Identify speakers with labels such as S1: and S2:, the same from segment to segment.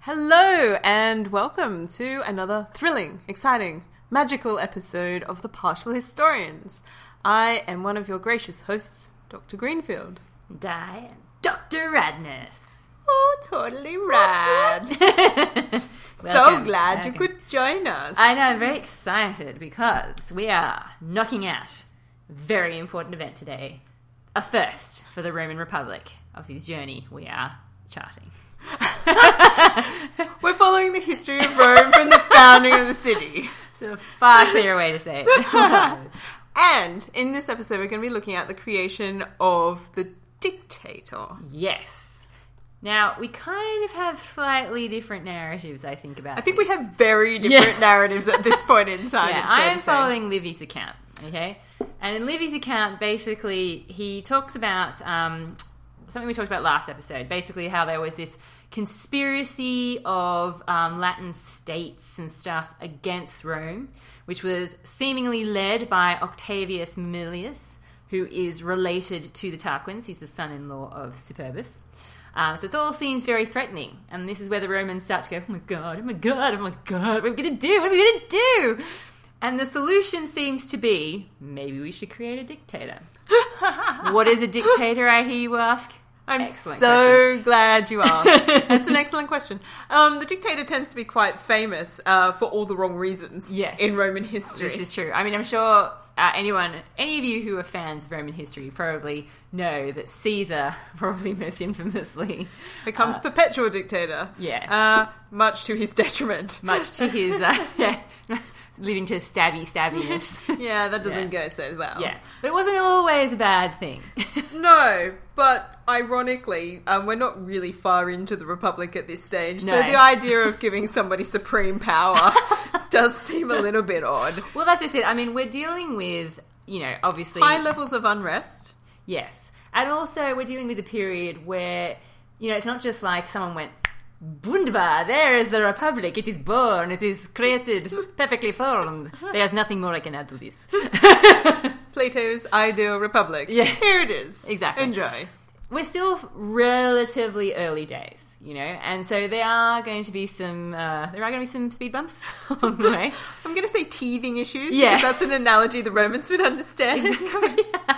S1: Hello, and welcome to another thrilling, exciting, magical episode of The Partial Historians. I am one of your gracious hosts, Dr. Greenfield.
S2: Diane. Dr. Radness.
S1: Oh, totally rad. so glad
S2: Welcome, welcome.
S1: you could join us.
S2: I know, I'm very excited because we are knocking out a very important event today. A first for the Roman Republic of his journey we are charting.
S1: We're following the history of Rome from the founding of the city.
S2: It's a far clearer way to say it.
S1: And in this episode, we're going to be looking at the creation of the dictator.
S2: yes. Now, we kind of have slightly different narratives, I think, about
S1: I think we have very different
S2: Yeah.
S1: narratives at this point in time.
S2: Yeah,
S1: it's
S2: I
S1: fair
S2: am
S1: to say.
S2: following Livy's account. Okay, and in Livy's account, basically he talks about um, something we talked about last episode. Basically, how there was this conspiracy of um, Latin states and stuff against Rome, which was seemingly led by Octavius Milius, who is related to the Tarquins. He's the son-in-law of Superbus. Um, so it all seems very threatening, and this is where the Romans start to go, "Oh my god, oh my god, oh my god, what are we gonna do? What are we gonna do?" And the solution seems to be maybe we should create a dictator. what is a dictator? I hear you ask.
S1: I'm
S2: Excellent
S1: so glad you asked. That's an excellent question. Um, the dictator tends to be quite famous uh, for all the wrong reasons
S2: Yes.
S1: in Roman history.
S2: This is true. I mean, I'm sure uh, anyone, any of you who are fans of Roman history, probably know that Caesar, probably most infamously,
S1: Becomes perpetual dictator.
S2: yeah.
S1: Uh, much to his detriment.
S2: much to his uh, yeah, leading to stabby stabbiness.
S1: Yeah, that doesn't
S2: Yeah.
S1: go so well.
S2: yeah, but it wasn't always a bad thing.
S1: No, but ironically, um, we're not really far into the Republic at this stage, so
S2: No.
S1: the idea of giving somebody supreme power does seem a little bit odd.
S2: well, that's just it. I mean, we're dealing with you know obviously
S1: High levels of unrest.
S2: Yes. And also, we're dealing with a period where, you know, it's not just like someone went, Wunderbar, there is the Republic. It is born, it is created, perfectly formed. There is nothing more I can add to this.
S1: Plato's ideal republic.
S2: Yeah.
S1: Here it is.
S2: Exactly.
S1: Enjoy.
S2: We're still relatively early days, you know, and so there are going to be some, uh, there are going to be some speed bumps along the way.
S1: I'm going to say teething issues
S2: Yeah.
S1: because that's an analogy the Romans would understand.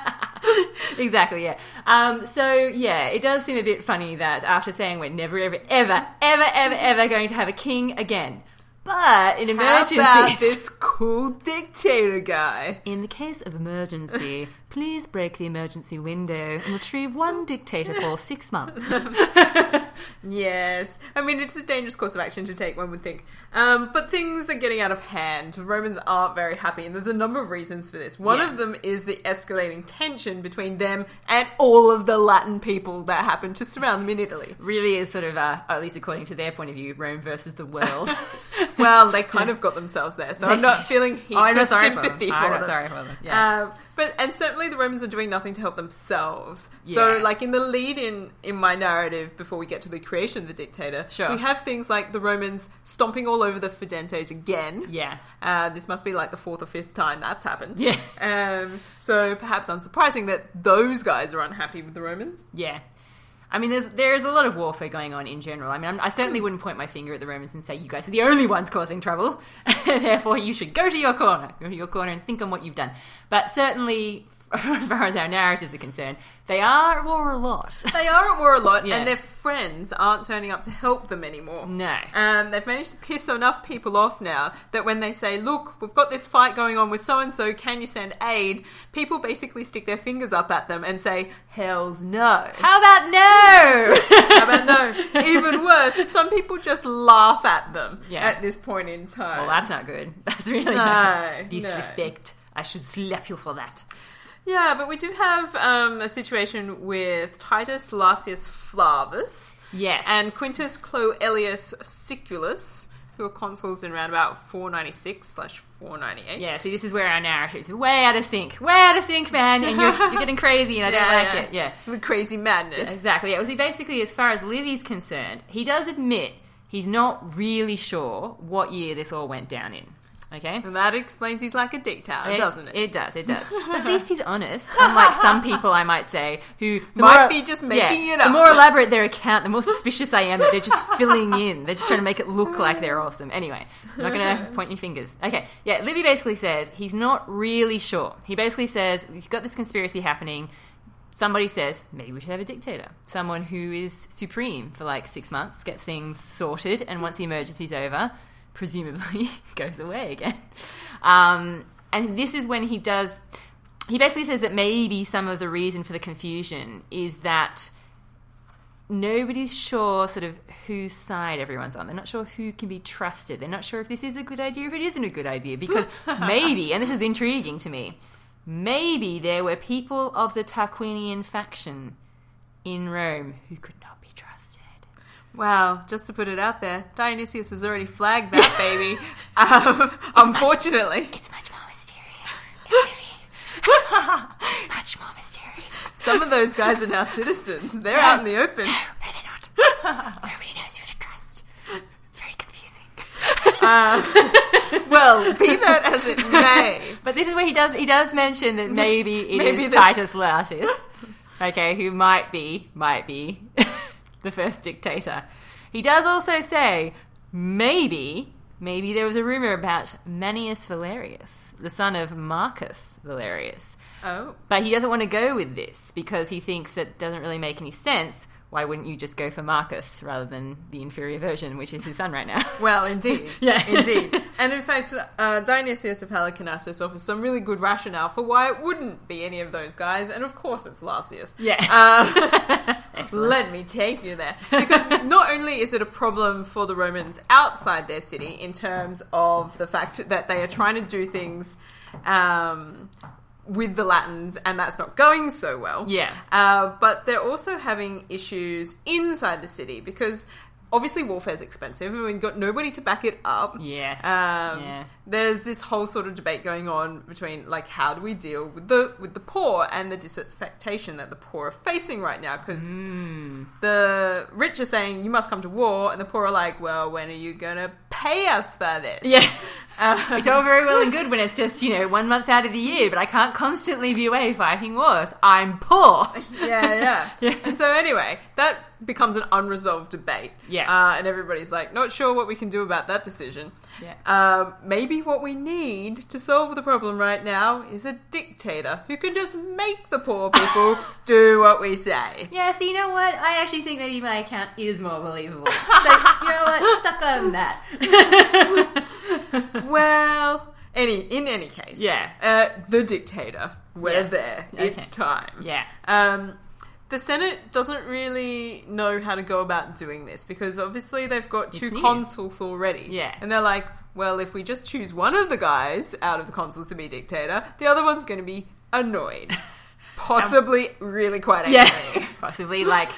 S2: exactly, yeah. Um, so, yeah, it does seem a bit funny that after saying we're never, ever, ever, ever, ever, ever going to have a king again, but in
S1: How
S2: emergencies,
S1: about this cool dictator guy?
S2: in the case of emergency, please break the emergency window and retrieve one dictator for six months.
S1: Yes. I mean, it's a dangerous course of action to take, one would think. Um, but things are getting out of hand. The Romans aren't very happy, and there's a number of reasons for this. One
S2: Yeah.
S1: of them is the escalating tension between them and all of the Latin people that happen to surround them in Italy.
S2: really is sort of, uh, at least according to their point of view, Rome versus the world.
S1: Well, they kind of got themselves there, so I'm not feeling heaps
S2: Oh, I'm not
S1: of
S2: sorry
S1: sympathy
S2: for them.
S1: for
S2: I'm not
S1: them.
S2: sorry for them. Uh, Yeah.
S1: Um, but and certainly the Romans are doing nothing to help themselves. So
S2: Yeah.
S1: like in the lead in in my narrative before we get to the creation of the dictator,
S2: Sure.
S1: we have things like the Romans stomping all over the Fidentes again.
S2: yeah.
S1: Uh, this must be like the fourth or fifth time that's happened.
S2: Yeah.
S1: Um, so perhaps unsurprising that those guys are unhappy with the Romans.
S2: Yeah. I mean, there's there is a lot of warfare going on in general. I mean, I'm, I certainly wouldn't point my finger at the Romans and say you guys are the only ones causing trouble. Therefore, you should go to your corner, go to your corner, and think on what you've done. But certainly, as far as our narratives are concerned, they are at war a lot.
S1: They are at war a lot,
S2: Yeah.
S1: and their friends aren't turning up to help them anymore.
S2: no.
S1: Um, they've managed to piss enough people off now that when they say, "Look, we've got this fight going on with so and so, can you send aid?" people basically stick their fingers up at them and say, "Hell's no."
S2: How about no?
S1: How about no? Even worse, some people just laugh at them
S2: Yeah.
S1: at this point in time.
S2: well, that's not good. That's really
S1: No,
S2: not
S1: no.
S2: good. disrespect. I should slap you for that.
S1: yeah, but we do have um, a situation with Titus Lasius Flavus
S2: Yes.
S1: and Quintus Cloelius Siculus, who were consuls in around about 496 slash 498.
S2: Yeah, see, this is where our narratives are way out of sync. Way out of sync, man. And you're, you're getting crazy, and I don't like it. Yeah.
S1: The crazy madness.
S2: Exactly. Yeah. Well, see, basically, as far as Livy's concerned, he does admit he's not really sure what year this all went down in. Okay.
S1: And that explains he's like a detail,
S2: It-
S1: doesn't it?
S2: It does, it does. At least he's honest, unlike some people I might say who the
S1: Might
S2: more-
S1: be just making it up.
S2: The more elaborate their account, the more suspicious I am that they're just filling in. They're just trying to make it look like they're awesome. Anyway, I'm not going to point any fingers. Okay, yeah, Libby basically says he's not really sure. He basically says he's got this conspiracy happening. Somebody says maybe we should have a dictator, someone who is supreme for like six months, gets things sorted, and once the emergency's over, presumably goes away again. Um, and this is when he does. He basically says that maybe some of the reason for the confusion is that nobody's sure sort of whose side everyone's on. They're not sure who can be trusted. They're not sure if this is a good idea, if it isn't a good idea, because maybe, and this is intriguing to me, maybe there were people of the Tarquinian faction in Rome who could not be trusted.
S1: Wow, just to put it out there, Dionysius has already flagged that baby. um, unfortunately,
S2: It's much more mysterious. Olivia. it's much more mysterious.
S1: some of those guys are now citizens. They're out in the open.
S2: No, they're not. Nobody knows who to trust. It's very confusing.
S1: Uh, Well, be that as it may.
S2: But this is where he does he does mention that maybe it is
S1: Maybe this-
S2: Titus Laertius, okay, who might be might be the first dictator. He does also say maybe maybe there was a rumor about Manius Valerius, the son of Marcus Valerius.
S1: Oh,
S2: But he doesn't want to go with this because he thinks that doesn't really make any sense. Why wouldn't you just go for Marcus rather than the inferior version, which is his son right now?
S1: well, indeed.
S2: Yeah.
S1: indeed. And in fact, uh, Dionysius of Halicarnassus offers some really good rationale for why it wouldn't be any of those guys. And of course, it's Larsius.
S2: Yeah.
S1: Uh,
S2: Excellent.
S1: Let me take you there. Because not only is it a problem for the Romans outside their city in terms of the fact that they are trying to do things um, with the Latins and that's not going so well.
S2: Yeah.
S1: Uh, but they're also having issues inside the city because obviously warfare's expensive and we've got nobody to back it up.
S2: Yes.
S1: Um,
S2: yeah.
S1: There's this whole sort of debate going on between like how do we deal with the with the poor and the disaffection that the poor are facing right now because
S2: Hmm.
S1: the rich are saying you must come to war and the poor are like well when are you gonna pay us for this?
S2: Yeah.
S1: Uh,
S2: It's all very well and good when it's just, you know, one month out of the year, but I can't constantly be away fighting wars. I'm poor.
S1: yeah, yeah,
S2: Yeah.
S1: And so anyway, that becomes an unresolved debate.
S2: Yeah.
S1: Uh, and everybody's like, not sure what we can do about that decision.
S2: Yeah.
S1: Um, maybe what we need to solve the problem right now is a dictator who can just make the poor people do what we say.
S2: Yeah, so you know what? I actually think maybe my account is more believable. So, you know what? Stuck on that.
S1: Well, any in any case,
S2: Yeah.
S1: Uh, the dictator, we're
S2: Yeah.
S1: there. It's
S2: Okay.
S1: time.
S2: yeah.
S1: Um, the Senate doesn't really know how to go about doing this because obviously they've got two
S2: It's new.
S1: consuls already.
S2: Yeah.
S1: And they're like, well, if we just choose one of the guys out of the consuls to be dictator, the other one's going to be annoyed. Possibly really quite angry.
S2: Yeah. Possibly like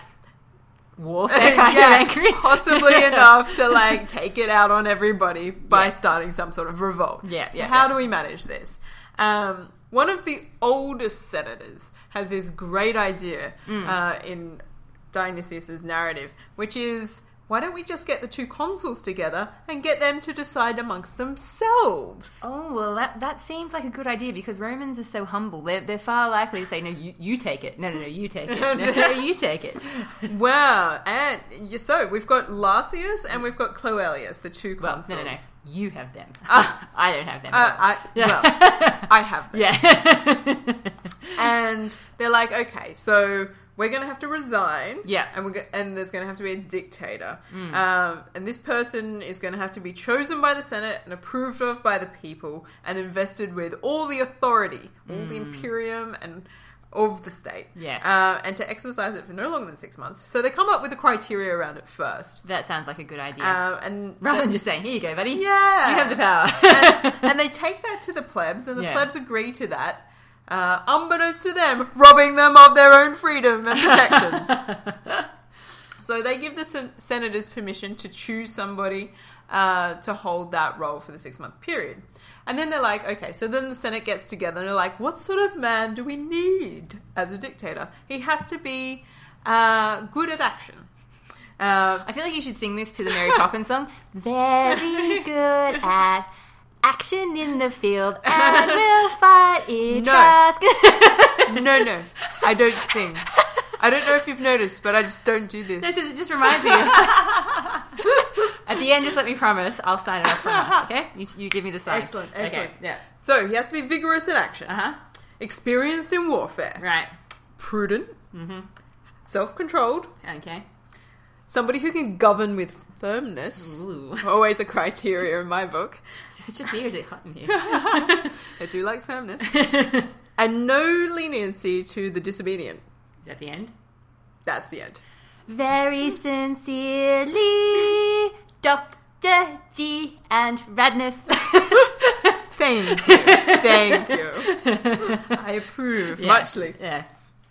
S2: warfare kind
S1: Yeah,
S2: of angry.
S1: possibly enough to like take it out on everybody by
S2: Yeah.
S1: starting some sort of revolt.
S2: Yeah,
S1: So
S2: yeah,
S1: how
S2: yeah.
S1: do we manage this? Um, one of the oldest senators has this great idea
S2: Mm.
S1: uh, in Dionysius's narrative, which is. Why don't we just get the two consuls together and get them to decide amongst themselves?
S2: Oh well, that that seems like a good idea because Romans are so humble. They're they're far likely to say, "No, you, you take it. No, no, no, you take it. No, no, no, you take it."
S1: Wow! And y- so we've got Larsius and we've got Cloelius, the two
S2: Well,
S1: consuls.
S2: no, no, no, you have them.
S1: Ah.
S2: I don't have them.
S1: Uh, I,
S2: Yeah.
S1: Well,
S2: uh,
S1: I have them.
S2: yeah.
S1: and they're like, okay, so we're gonna have to resign.
S2: Yeah. Mm.
S1: and we're go- and there's gonna have to be a dictator. Um, and this person is gonna have to be chosen by the Senate and approved of by the people and invested with all the authority, all the imperium and. Of the state,
S2: Mm. Yes.
S1: uh, and to exercise it for no longer than six months. So they come up with the criteria around it first,
S2: that sounds like a good idea.
S1: um, and
S2: Rather than just saying, "Here you go, buddy.
S1: yeah,
S2: You have the power."
S1: and, and they take that to the plebs, and the
S2: Yeah.
S1: plebs agree to that. Uh, unbeknownst to them, robbing them of their own freedom and protections. so they give the sen- senators permission to choose somebody uh, to hold that role for the six month period. And then they're like, okay, so then the Senate gets together and they're like, what sort of man do we need as a dictator? He has to be uh, good at action. Uh,
S2: I feel like you should sing this to the Mary Poppins song. Very good at action in the field and we'll fight each
S1: No.
S2: task.
S1: No, no, I don't sing. I don't know if you've noticed, but I just don't do this.
S2: This is, it just reminds me. At the end, just let me promise. I'll sign it off from us, okay? You, you give me the sign.
S1: Excellent, excellent.
S2: Okay. Yeah.
S1: So he has to be vigorous in action,
S2: Uh huh.
S1: experienced in warfare,
S2: Right. Mm-hmm.
S1: prudent, self-controlled,
S2: Okay.
S1: somebody who can govern with firmness.
S2: Ooh.
S1: Always a criteria in my book.
S2: It's just me, or is it hot in
S1: I do like firmness.
S2: here?
S1: And no leniency to the disobedient.
S2: Is that the end?
S1: That's the end.
S2: Very sincerely, Dr. G and Radness.
S1: Thank you. Thank you. I approve. Muchly.
S2: Yeah.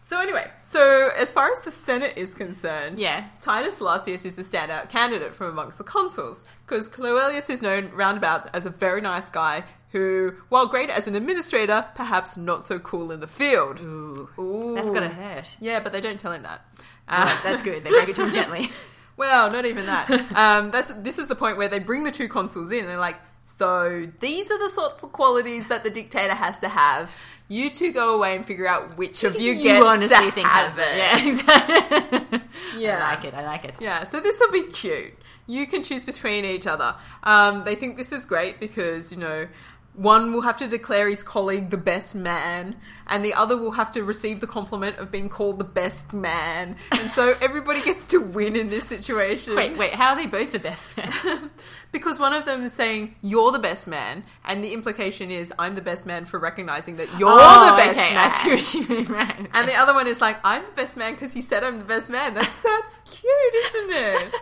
S1: So anyway, so as far as the Senate is concerned,
S2: Yeah.
S1: Titus Larsius is the standout candidate from amongst the consuls, because Cloelius is known roundabouts as a very nice guy who, while great as an administrator, perhaps not so cool in the field.
S2: Ooh.
S1: Ooh.
S2: That's gotta hurt.
S1: Yeah, but they don't tell him that. Uh,
S2: Right, that's good. They break it to him gently.
S1: Well, not even that. Um, that's this is the point where they bring the two consuls in. They're like, so these are the sorts of qualities that the dictator has to have. You two go away and figure out which of you, gets to have it.
S2: Yeah, exactly.
S1: Yeah.
S2: I like it. I like it.
S1: Yeah, so this will be cute. You can choose between each other. Um, they think this is great because, you know, one will have to declare his colleague the best man, and the other will have to receive the compliment of being called the best man. And so everybody gets to win in this situation.
S2: Wait, wait. How are they both the best man?
S1: because one of them is saying, You're the best man, and the implication is, I'm the best man for recognizing that you're the best
S2: Oh, okay,
S1: Oh, man.
S2: I see what you mean, right?
S1: And the other one is like, I'm the best man because he said I'm the best man. That's, that's cute, isn't it?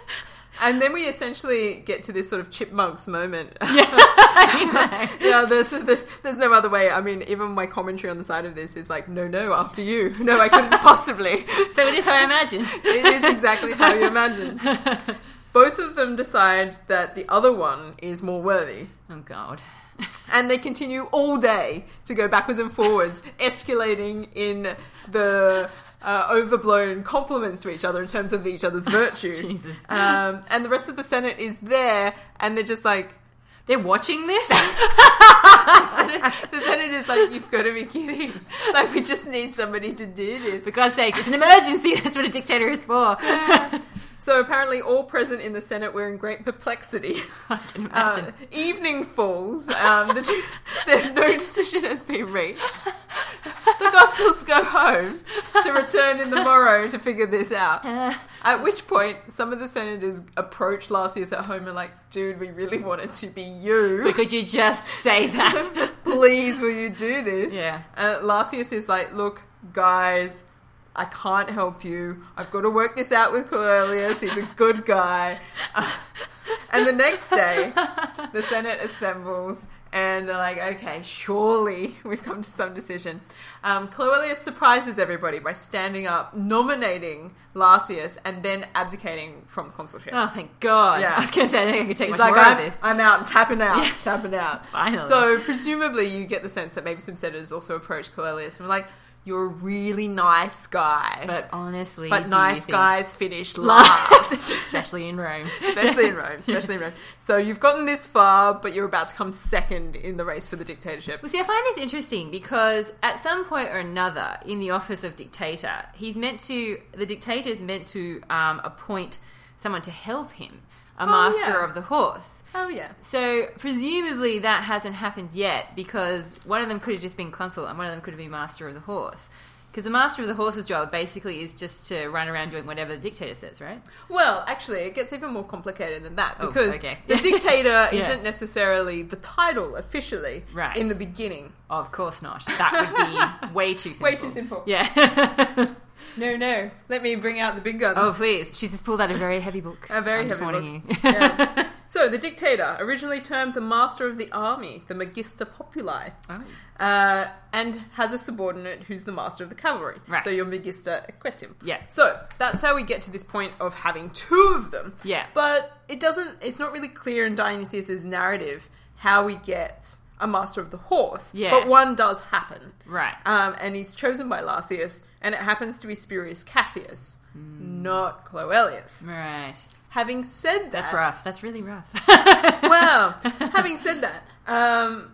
S1: And then we essentially get to this sort of chipmunks moment. yeah, there's, there's, there's no other way. I mean, even my commentary on the side of this is like, no, no, after you. No, I couldn't possibly.
S2: so it is how I imagined.
S1: It is exactly how you imagine. Both of them decide that the other one is more worthy.
S2: Oh God.
S1: And they continue all day to go backwards and forwards, escalating in the uh, overblown compliments to each other in terms of each other's virtue.
S2: Jesus.
S1: um, and the rest of the Senate is there, and they're just like,
S2: They're watching this?
S1: the Senate is like, you've got to be kidding. Like, we just need somebody to do this.
S2: For God's sake, it's an emergency. That's what a dictator is for.
S1: So apparently, all present in the Senate were in great perplexity.
S2: I can imagine.
S1: Uh, evening falls. Um, the two, there, no decision has been reached. The consuls go home to return in the morrow to figure this out. At which point, some of the senators approach Larsius at home and like, dude, we really want it to be
S2: but
S1: you.
S2: could you just say that?
S1: Please, will you do this?
S2: Yeah.
S1: Uh, Larsius is like, look, guys. I can't help you. I've got to work this out with Cornelius. He's a good guy. Uh, and the next day, the Senate assembles and they're like, okay, surely we've come to some decision. Um, Cloelius surprises everybody by standing up, nominating Larsius, and then abdicating from the consulship.
S2: Oh, thank God.
S1: Yeah.
S2: I was going to say, I don't think I can take
S1: He's
S2: much
S1: like,
S2: more
S1: I'm,
S2: of this.
S1: I'm out, I'm tapping out, tapping out.
S2: Finally.
S1: So, presumably, you get the sense that maybe some senators also approached Cloelius and were like, you're a really nice guy. But,
S2: But honestly, do you
S1: nice
S2: think-
S1: guys finish last.
S2: especially in Rome.
S1: especially in Rome, especially in Rome. So you've gotten this far, but you're about to come second in the race for the dictatorship.
S2: Well, see, I find this interesting because at some point or another in the office of dictator, he's meant to, the dictator is meant to um, appoint someone to help him, a master
S1: yeah.
S2: of the horse.
S1: Oh yeah,
S2: So presumably that hasn't happened yet because one of them could have just been consul and one of them could have been master of the horse. Because the master of the horse's job basically is just to run around doing whatever the dictator says, right?
S1: Well, actually, it gets even more complicated than that
S2: Oh,
S1: because
S2: okay.
S1: the dictator
S2: Yeah.
S1: isn't necessarily the title officially
S2: Right.
S1: in the beginning.
S2: Of course not. That would be way too simple.
S1: Way too simple.
S2: Yeah.
S1: No, no. Let me bring out the big guns.
S2: oh, please. She's just pulled out a very heavy book.
S1: A very
S2: I'm just
S1: heavy
S2: warning
S1: book.
S2: you.
S1: Yeah. So the dictator, originally termed the master of the army, the magister populi,
S2: Oh.
S1: uh, and has a subordinate who's the master of the cavalry.
S2: Right.
S1: So your magister equitum.
S2: Yeah.
S1: So that's how we get to this point of having two of them.
S2: Yeah.
S1: But it doesn't. It's not really clear in Dionysius's narrative how we get a master of the horse.
S2: Yeah.
S1: But one does happen.
S2: Right. Hmm.
S1: Um, and he's chosen by Larsius, and it happens to be Spurius Cassius. not Cloelius.
S2: Right.
S1: Having said that,
S2: That's rough. That's really rough.
S1: well, having said that, um,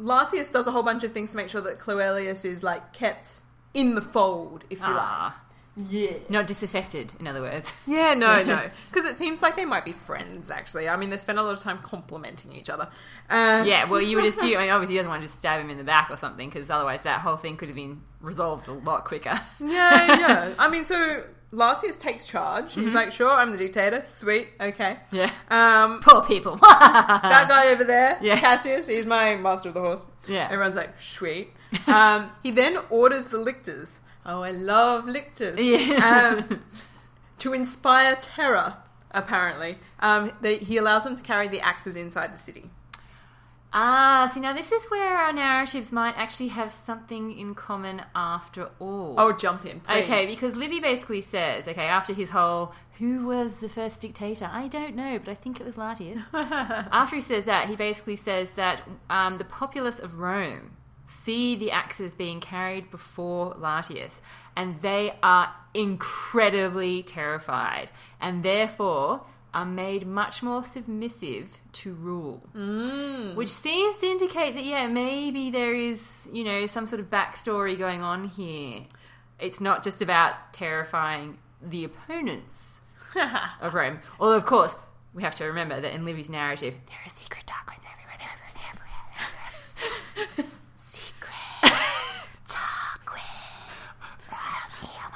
S1: Larsius does a whole bunch of things to make sure that Cloelius is like kept in the fold, if you
S2: Ah,
S1: like. Yeah.
S2: not disaffected, in other words.
S1: Yeah, no, no. Because it seems like they might be friends, actually. I mean, they spend a lot of time complimenting each other. Uh,
S2: Yeah, well, you would assume. I mean, obviously, he doesn't want to just stab him in the back or something, because otherwise, that whole thing could have been resolved a lot quicker.
S1: Yeah, yeah. I mean, so Larsius takes charge. He's like, sure, I'm the dictator. Sweet, okay.
S2: Mm-hmm. yeah.
S1: Um,
S2: Poor people.
S1: that guy over there,
S2: Uh, Yeah.
S1: Cassius, he's my master of the horse.
S2: Yeah.
S1: Everyone's like, sweet. Um, he then orders the lictors. Oh, I love lictors.
S2: Yeah.
S1: Um, to inspire terror, apparently. Um, they, he allows them to carry the axes inside the city.
S2: Ah, see, now this is where our narratives might actually have something in common after all.
S1: Oh, jump in, please.
S2: Okay, because Livy basically says, okay, after his whole who was the first dictator? I don't know, but I think it was Latius. after he says that, he basically says that um, the populace of Rome see the axes being carried before Latius, and they are incredibly terrified, and therefore are made much more submissive to rule. Which seems to indicate that, yeah, maybe there is, you know, some sort of backstory going on here. It's not just about terrifying the opponents of Rome. Although, of course, we have to remember that in Livy's narrative, there are secret dark ones everywhere, they're everywhere, they're everywhere, they're everywhere. secret dark ones. Oh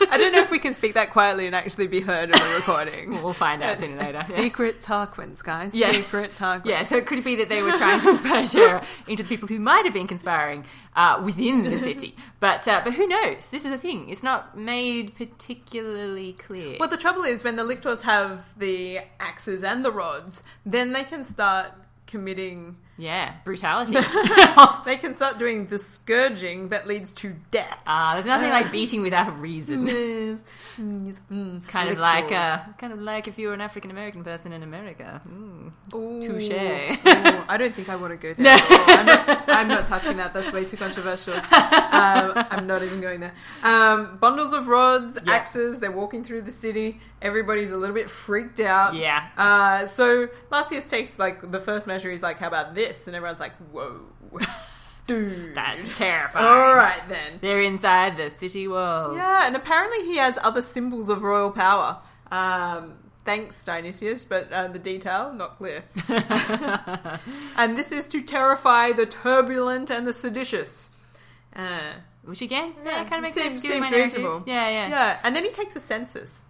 S2: my
S1: I don't know if we can speak that quietly and actually be heard in the recording.
S2: god. We'll find out sooner or later.
S1: Yes. Secret Tarquins, guys.
S2: Yeah.
S1: Secret Tarquins.
S2: Yeah, so it could be that they were trying to inspire terror into the people who might have been conspiring uh, within the city. But uh, but who knows? This is the thing. It's not made particularly clear.
S1: Well, the trouble is when the lictors have the axes and the rods, then they can start committing.
S2: yeah, brutality. Ah,
S1: They can start doing the scourging that leads to death.
S2: Uh, there's nothing like beating without a reason.
S1: Mm,
S2: Kind of like
S1: lictors.
S2: uh, kind of like if you were an African American person in America. Mm.
S1: Ooh,
S2: touche.
S1: ooh, I don't think I want to go there. At all. I'm, not, I'm not touching that. That's way too controversial. Um, I'm not even going there. Um, bundles of rods,
S2: Yeah.
S1: axes. They're walking through the city. Everybody's a little bit freaked out.
S2: Yeah.
S1: Uh, so Larsius takes like the first measure. He's like, "How about this?" And everyone's like, "Whoa, dude,
S2: That's terrifying.
S1: all right then."
S2: They're inside the city walls.
S1: Yeah, and apparently he has other symbols of royal power. Um, thanks, Dionysius, but uh, the detail not clear. And this is to terrify the turbulent and the seditious. Uh,
S2: Which again,
S1: Yeah,
S2: that kind of makes
S1: seems-
S2: sense. given
S1: seems
S2: my narrative.
S1: reasonable.
S2: Yeah, yeah.
S1: yeah, and then he takes a census.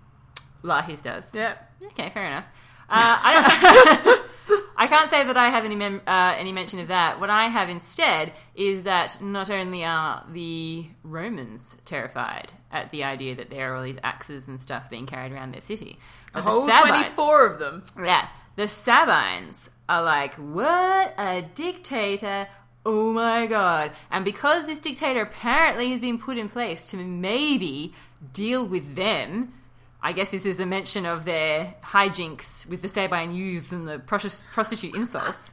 S2: Lattes does.
S1: Yeah.
S2: Okay, fair enough. Uh, I, don't, I can't say that I have any mem- uh, any mention of that. What I have instead is that not only are the Romans terrified at the idea that there are all these axes and stuff being carried around their city,
S1: A
S2: but the
S1: whole
S2: Sabines,
S1: 24 of them.
S2: yeah, the Sabines are like, what a dictator! Oh my god! And because this dictator apparently has been put in place to maybe deal with them, I guess this is a mention of their hijinks with the Sabine youths and the prostis- prostitute insults.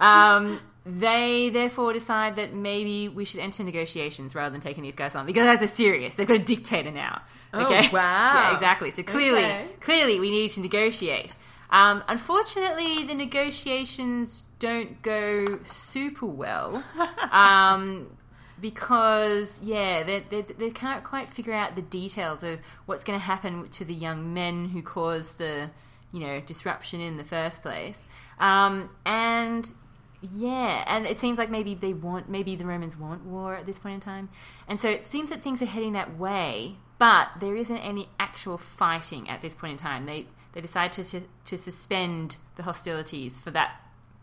S2: Um, they therefore decide that maybe we should enter negotiations rather than taking these guys on because guys are serious. They've got a dictator now.
S1: Oh,
S2: Okay.
S1: wow.
S2: Yeah, exactly. So clearly,
S1: Okay.
S2: clearly we need to negotiate. Um, unfortunately, the negotiations don't go super well um, because, yeah, they, they, they can't quite figure out the details of what's going to happen to the young men who caused the, you know, disruption in the first place. Um, and yeah, and it seems like maybe they want, maybe the Romans want war at this point in time. And so it seems that things are heading that way, but there isn't any actual fighting at this point in time. They, they decide to, to, to suspend the hostilities for that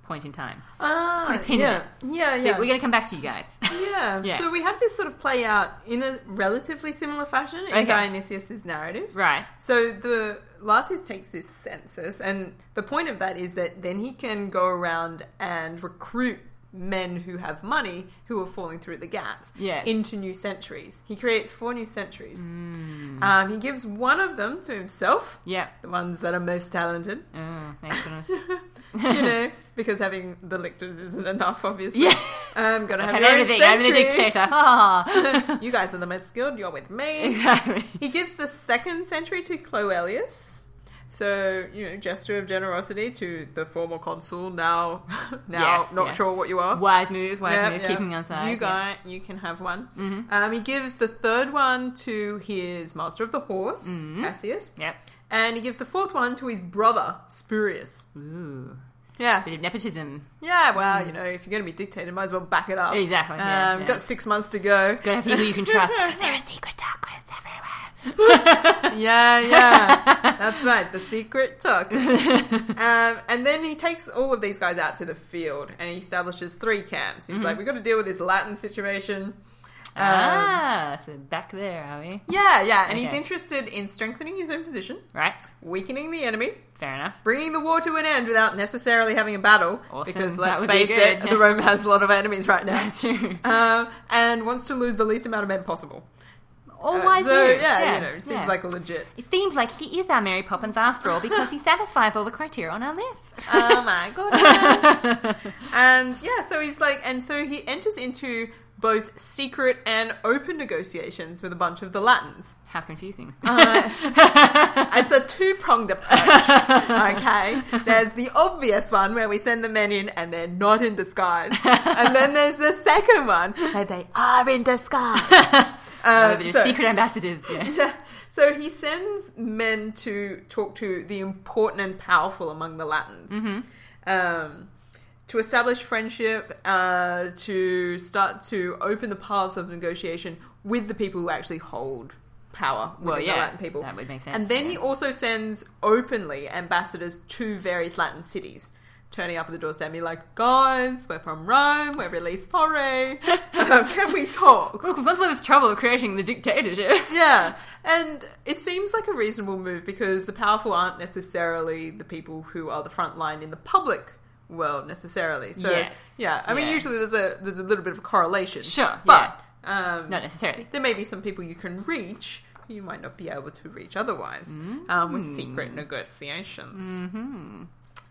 S2: point in time.
S1: Ah,
S2: put a pin in
S1: yeah.
S2: it.
S1: yeah,
S2: So
S1: yeah,
S2: we're going to come back to you guys.
S1: yeah,
S2: Yeah.
S1: So we have this sort of play out in a relatively similar fashion in
S2: Okay.
S1: Dionysius's narrative.
S2: right.
S1: So the Larsius takes this census, and the point of that is that then he can go around and recruit men who have money who are falling through the gaps
S2: Yeah.
S1: into new centuries. He creates four new centuries. Um, he gives one of them to himself,
S2: Mm, Yep.
S1: the ones that are most talented,
S2: Mm, excellent.
S1: you know, because having the lictors isn't enough, obviously.
S2: yeah.
S1: I'm gonna
S2: Which
S1: have
S2: I'm
S1: your own
S2: everything. I'm the
S1: century.
S2: dictator. Ha.
S1: you guys are the most skilled. You're with me.
S2: exactly.
S1: He gives the second century to Cloelius. So, you know, gesture of generosity to the former consul, now now
S2: Yes,
S1: not
S2: yeah.
S1: sure what you are.
S2: Wise move. Wise
S1: Yep,
S2: move.
S1: yep.
S2: Keeping on side.
S1: You
S2: yeah. Mm-hmm.
S1: guy, you can have one. Um, he gives the third one to his master of the horse,
S2: Mm-hmm.
S1: Cassius,
S2: Yep.
S1: and he gives the fourth one to his brother, Spurius.
S2: Ooh.
S1: Yeah,
S2: Bit of nepotism.
S1: yeah. Well, you know, if you're going to be dictator, might as well back it up.
S2: Mm. Exactly,
S1: Um,
S2: yeah, yeah.
S1: Got six months to go.
S2: Gotta have people you can trust. 'cause there are secret dark ones everywhere.
S1: Yeah, yeah. That's right. The secret tuck. Um, and then he takes all of these guys out to the field and he establishes three camps. He's like, we've got to deal with this Latin situation. Um,
S2: Mm-hmm. Oh. ah, so back there are we?
S1: Yeah, yeah. And he's
S2: Okay.
S1: interested in strengthening his own position,
S2: Right.
S1: weakening the enemy,
S2: Fair enough.
S1: bringing the war to an end without necessarily having a battle.
S2: Awesome.
S1: Because
S2: That
S1: let's
S2: would be
S1: face it,
S2: good.
S1: the Rome has a lot of enemies right now.
S2: That's true.
S1: Um, and wants to lose the least amount of men possible.
S2: All
S1: Uh,
S2: wise
S1: so,
S2: moves.
S1: yeah,
S2: Yeah,
S1: you know, seems
S2: yeah.
S1: like a legit.
S2: It seems like he is our Mary Poppins after all because he satisfies all the criteria on our list.
S1: Oh my god. and yeah, so he's like, and so he enters into both secret and open negotiations with a bunch of the Latins.
S2: How confusing.
S1: It's a two pronged approach, okay? There's the obvious one where we send the men in and they're not in disguise. And then there's the second one where they are in disguise.
S2: Well,
S1: Uh,
S2: but it's
S1: so-
S2: secret ambassadors. Yeah.
S1: so he sends men to talk to the important and powerful among the Latins.
S2: Mm-hmm.
S1: Um, to establish friendship, uh, to start to open the paths of negotiation with the people who actually hold power within
S2: Well, yeah,
S1: the Latin people.
S2: that would make sense,
S1: And then
S2: yeah.
S1: he also sends openly ambassadors to various Latin cities, turning up at the doorstep and be like, "Guys, we're from Rome. We're really sorry. Um, can we talk?"
S2: Well, what's with this trouble of creating the dictatorship?
S1: Yeah, and it seems like a reasonable move because the powerful aren't necessarily the people who are the front line in the public world necessarily. So
S2: Yes,
S1: yeah, I mean
S2: yeah.
S1: usually there's a there's a little bit of a correlation.
S2: Sure,
S1: but um,
S2: Not necessarily.
S1: there may be some people you can reach who you might not be able to reach otherwise um, with secret negotiations.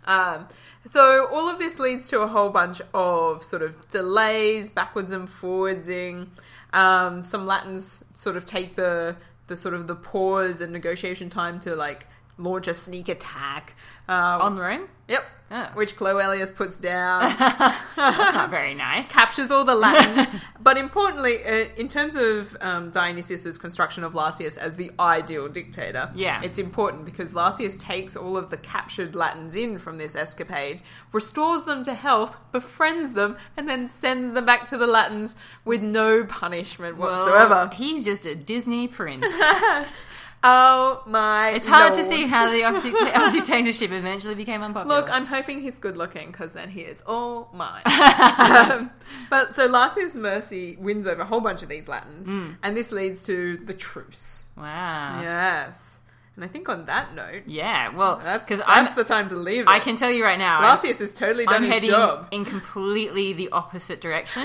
S1: Um, so all of this leads to a whole bunch of sort of delays, backwards and forwardsing. Um, some Latins sort of take the the sort of the pause and negotiation time to like launch a sneak attack. Um,
S2: On Rome?
S1: yep,
S2: Oh.
S1: which Cloelius puts down
S2: That's not very nice.
S1: captures all the Latins. but importantly, uh, in terms of um, Dionysius's construction of Lartius as the ideal dictator,
S2: Yeah.
S1: it's important because Lartius takes all of the captured Latins in from this escapade, restores them to health, befriends them, and then sends them back to the Latins with no punishment
S2: Well,
S1: whatsoever.
S2: he's just a Disney prince.
S1: Oh my!
S2: It's hard to
S1: lord.
S2: see how the obfusca- dictatorship eventually became unpopular.
S1: Look, I'm hoping he's good looking because then he is all mine. um, but so Larsius Mercy wins over a whole bunch of these Latins,
S2: Mm.
S1: and this leads to the truce.
S2: wow. Yeah.
S1: Yes. And I think on that note,
S2: well,
S1: that's,
S2: because
S1: that's
S2: I'm,
S1: the time to leave it.
S2: I can tell you right now, I'm-
S1: Larsius has totally done
S2: I'm
S1: his
S2: heading
S1: job.
S2: in completely the opposite direction.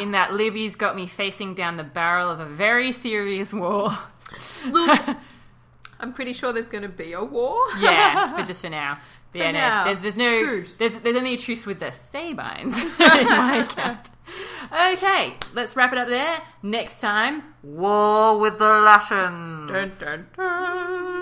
S2: in that Livy's got me facing down the barrel of a very serious war.
S1: Look, I'm pretty sure there's going to be a war.
S2: yeah, but just for now. But yeah, no,
S1: now,
S2: there's, there's no
S1: truce.
S2: There's, there's only a truce with the Sabines in my account. Okay, let's wrap it up there. Next time, war with the Latins.
S1: Dun, dun, dun.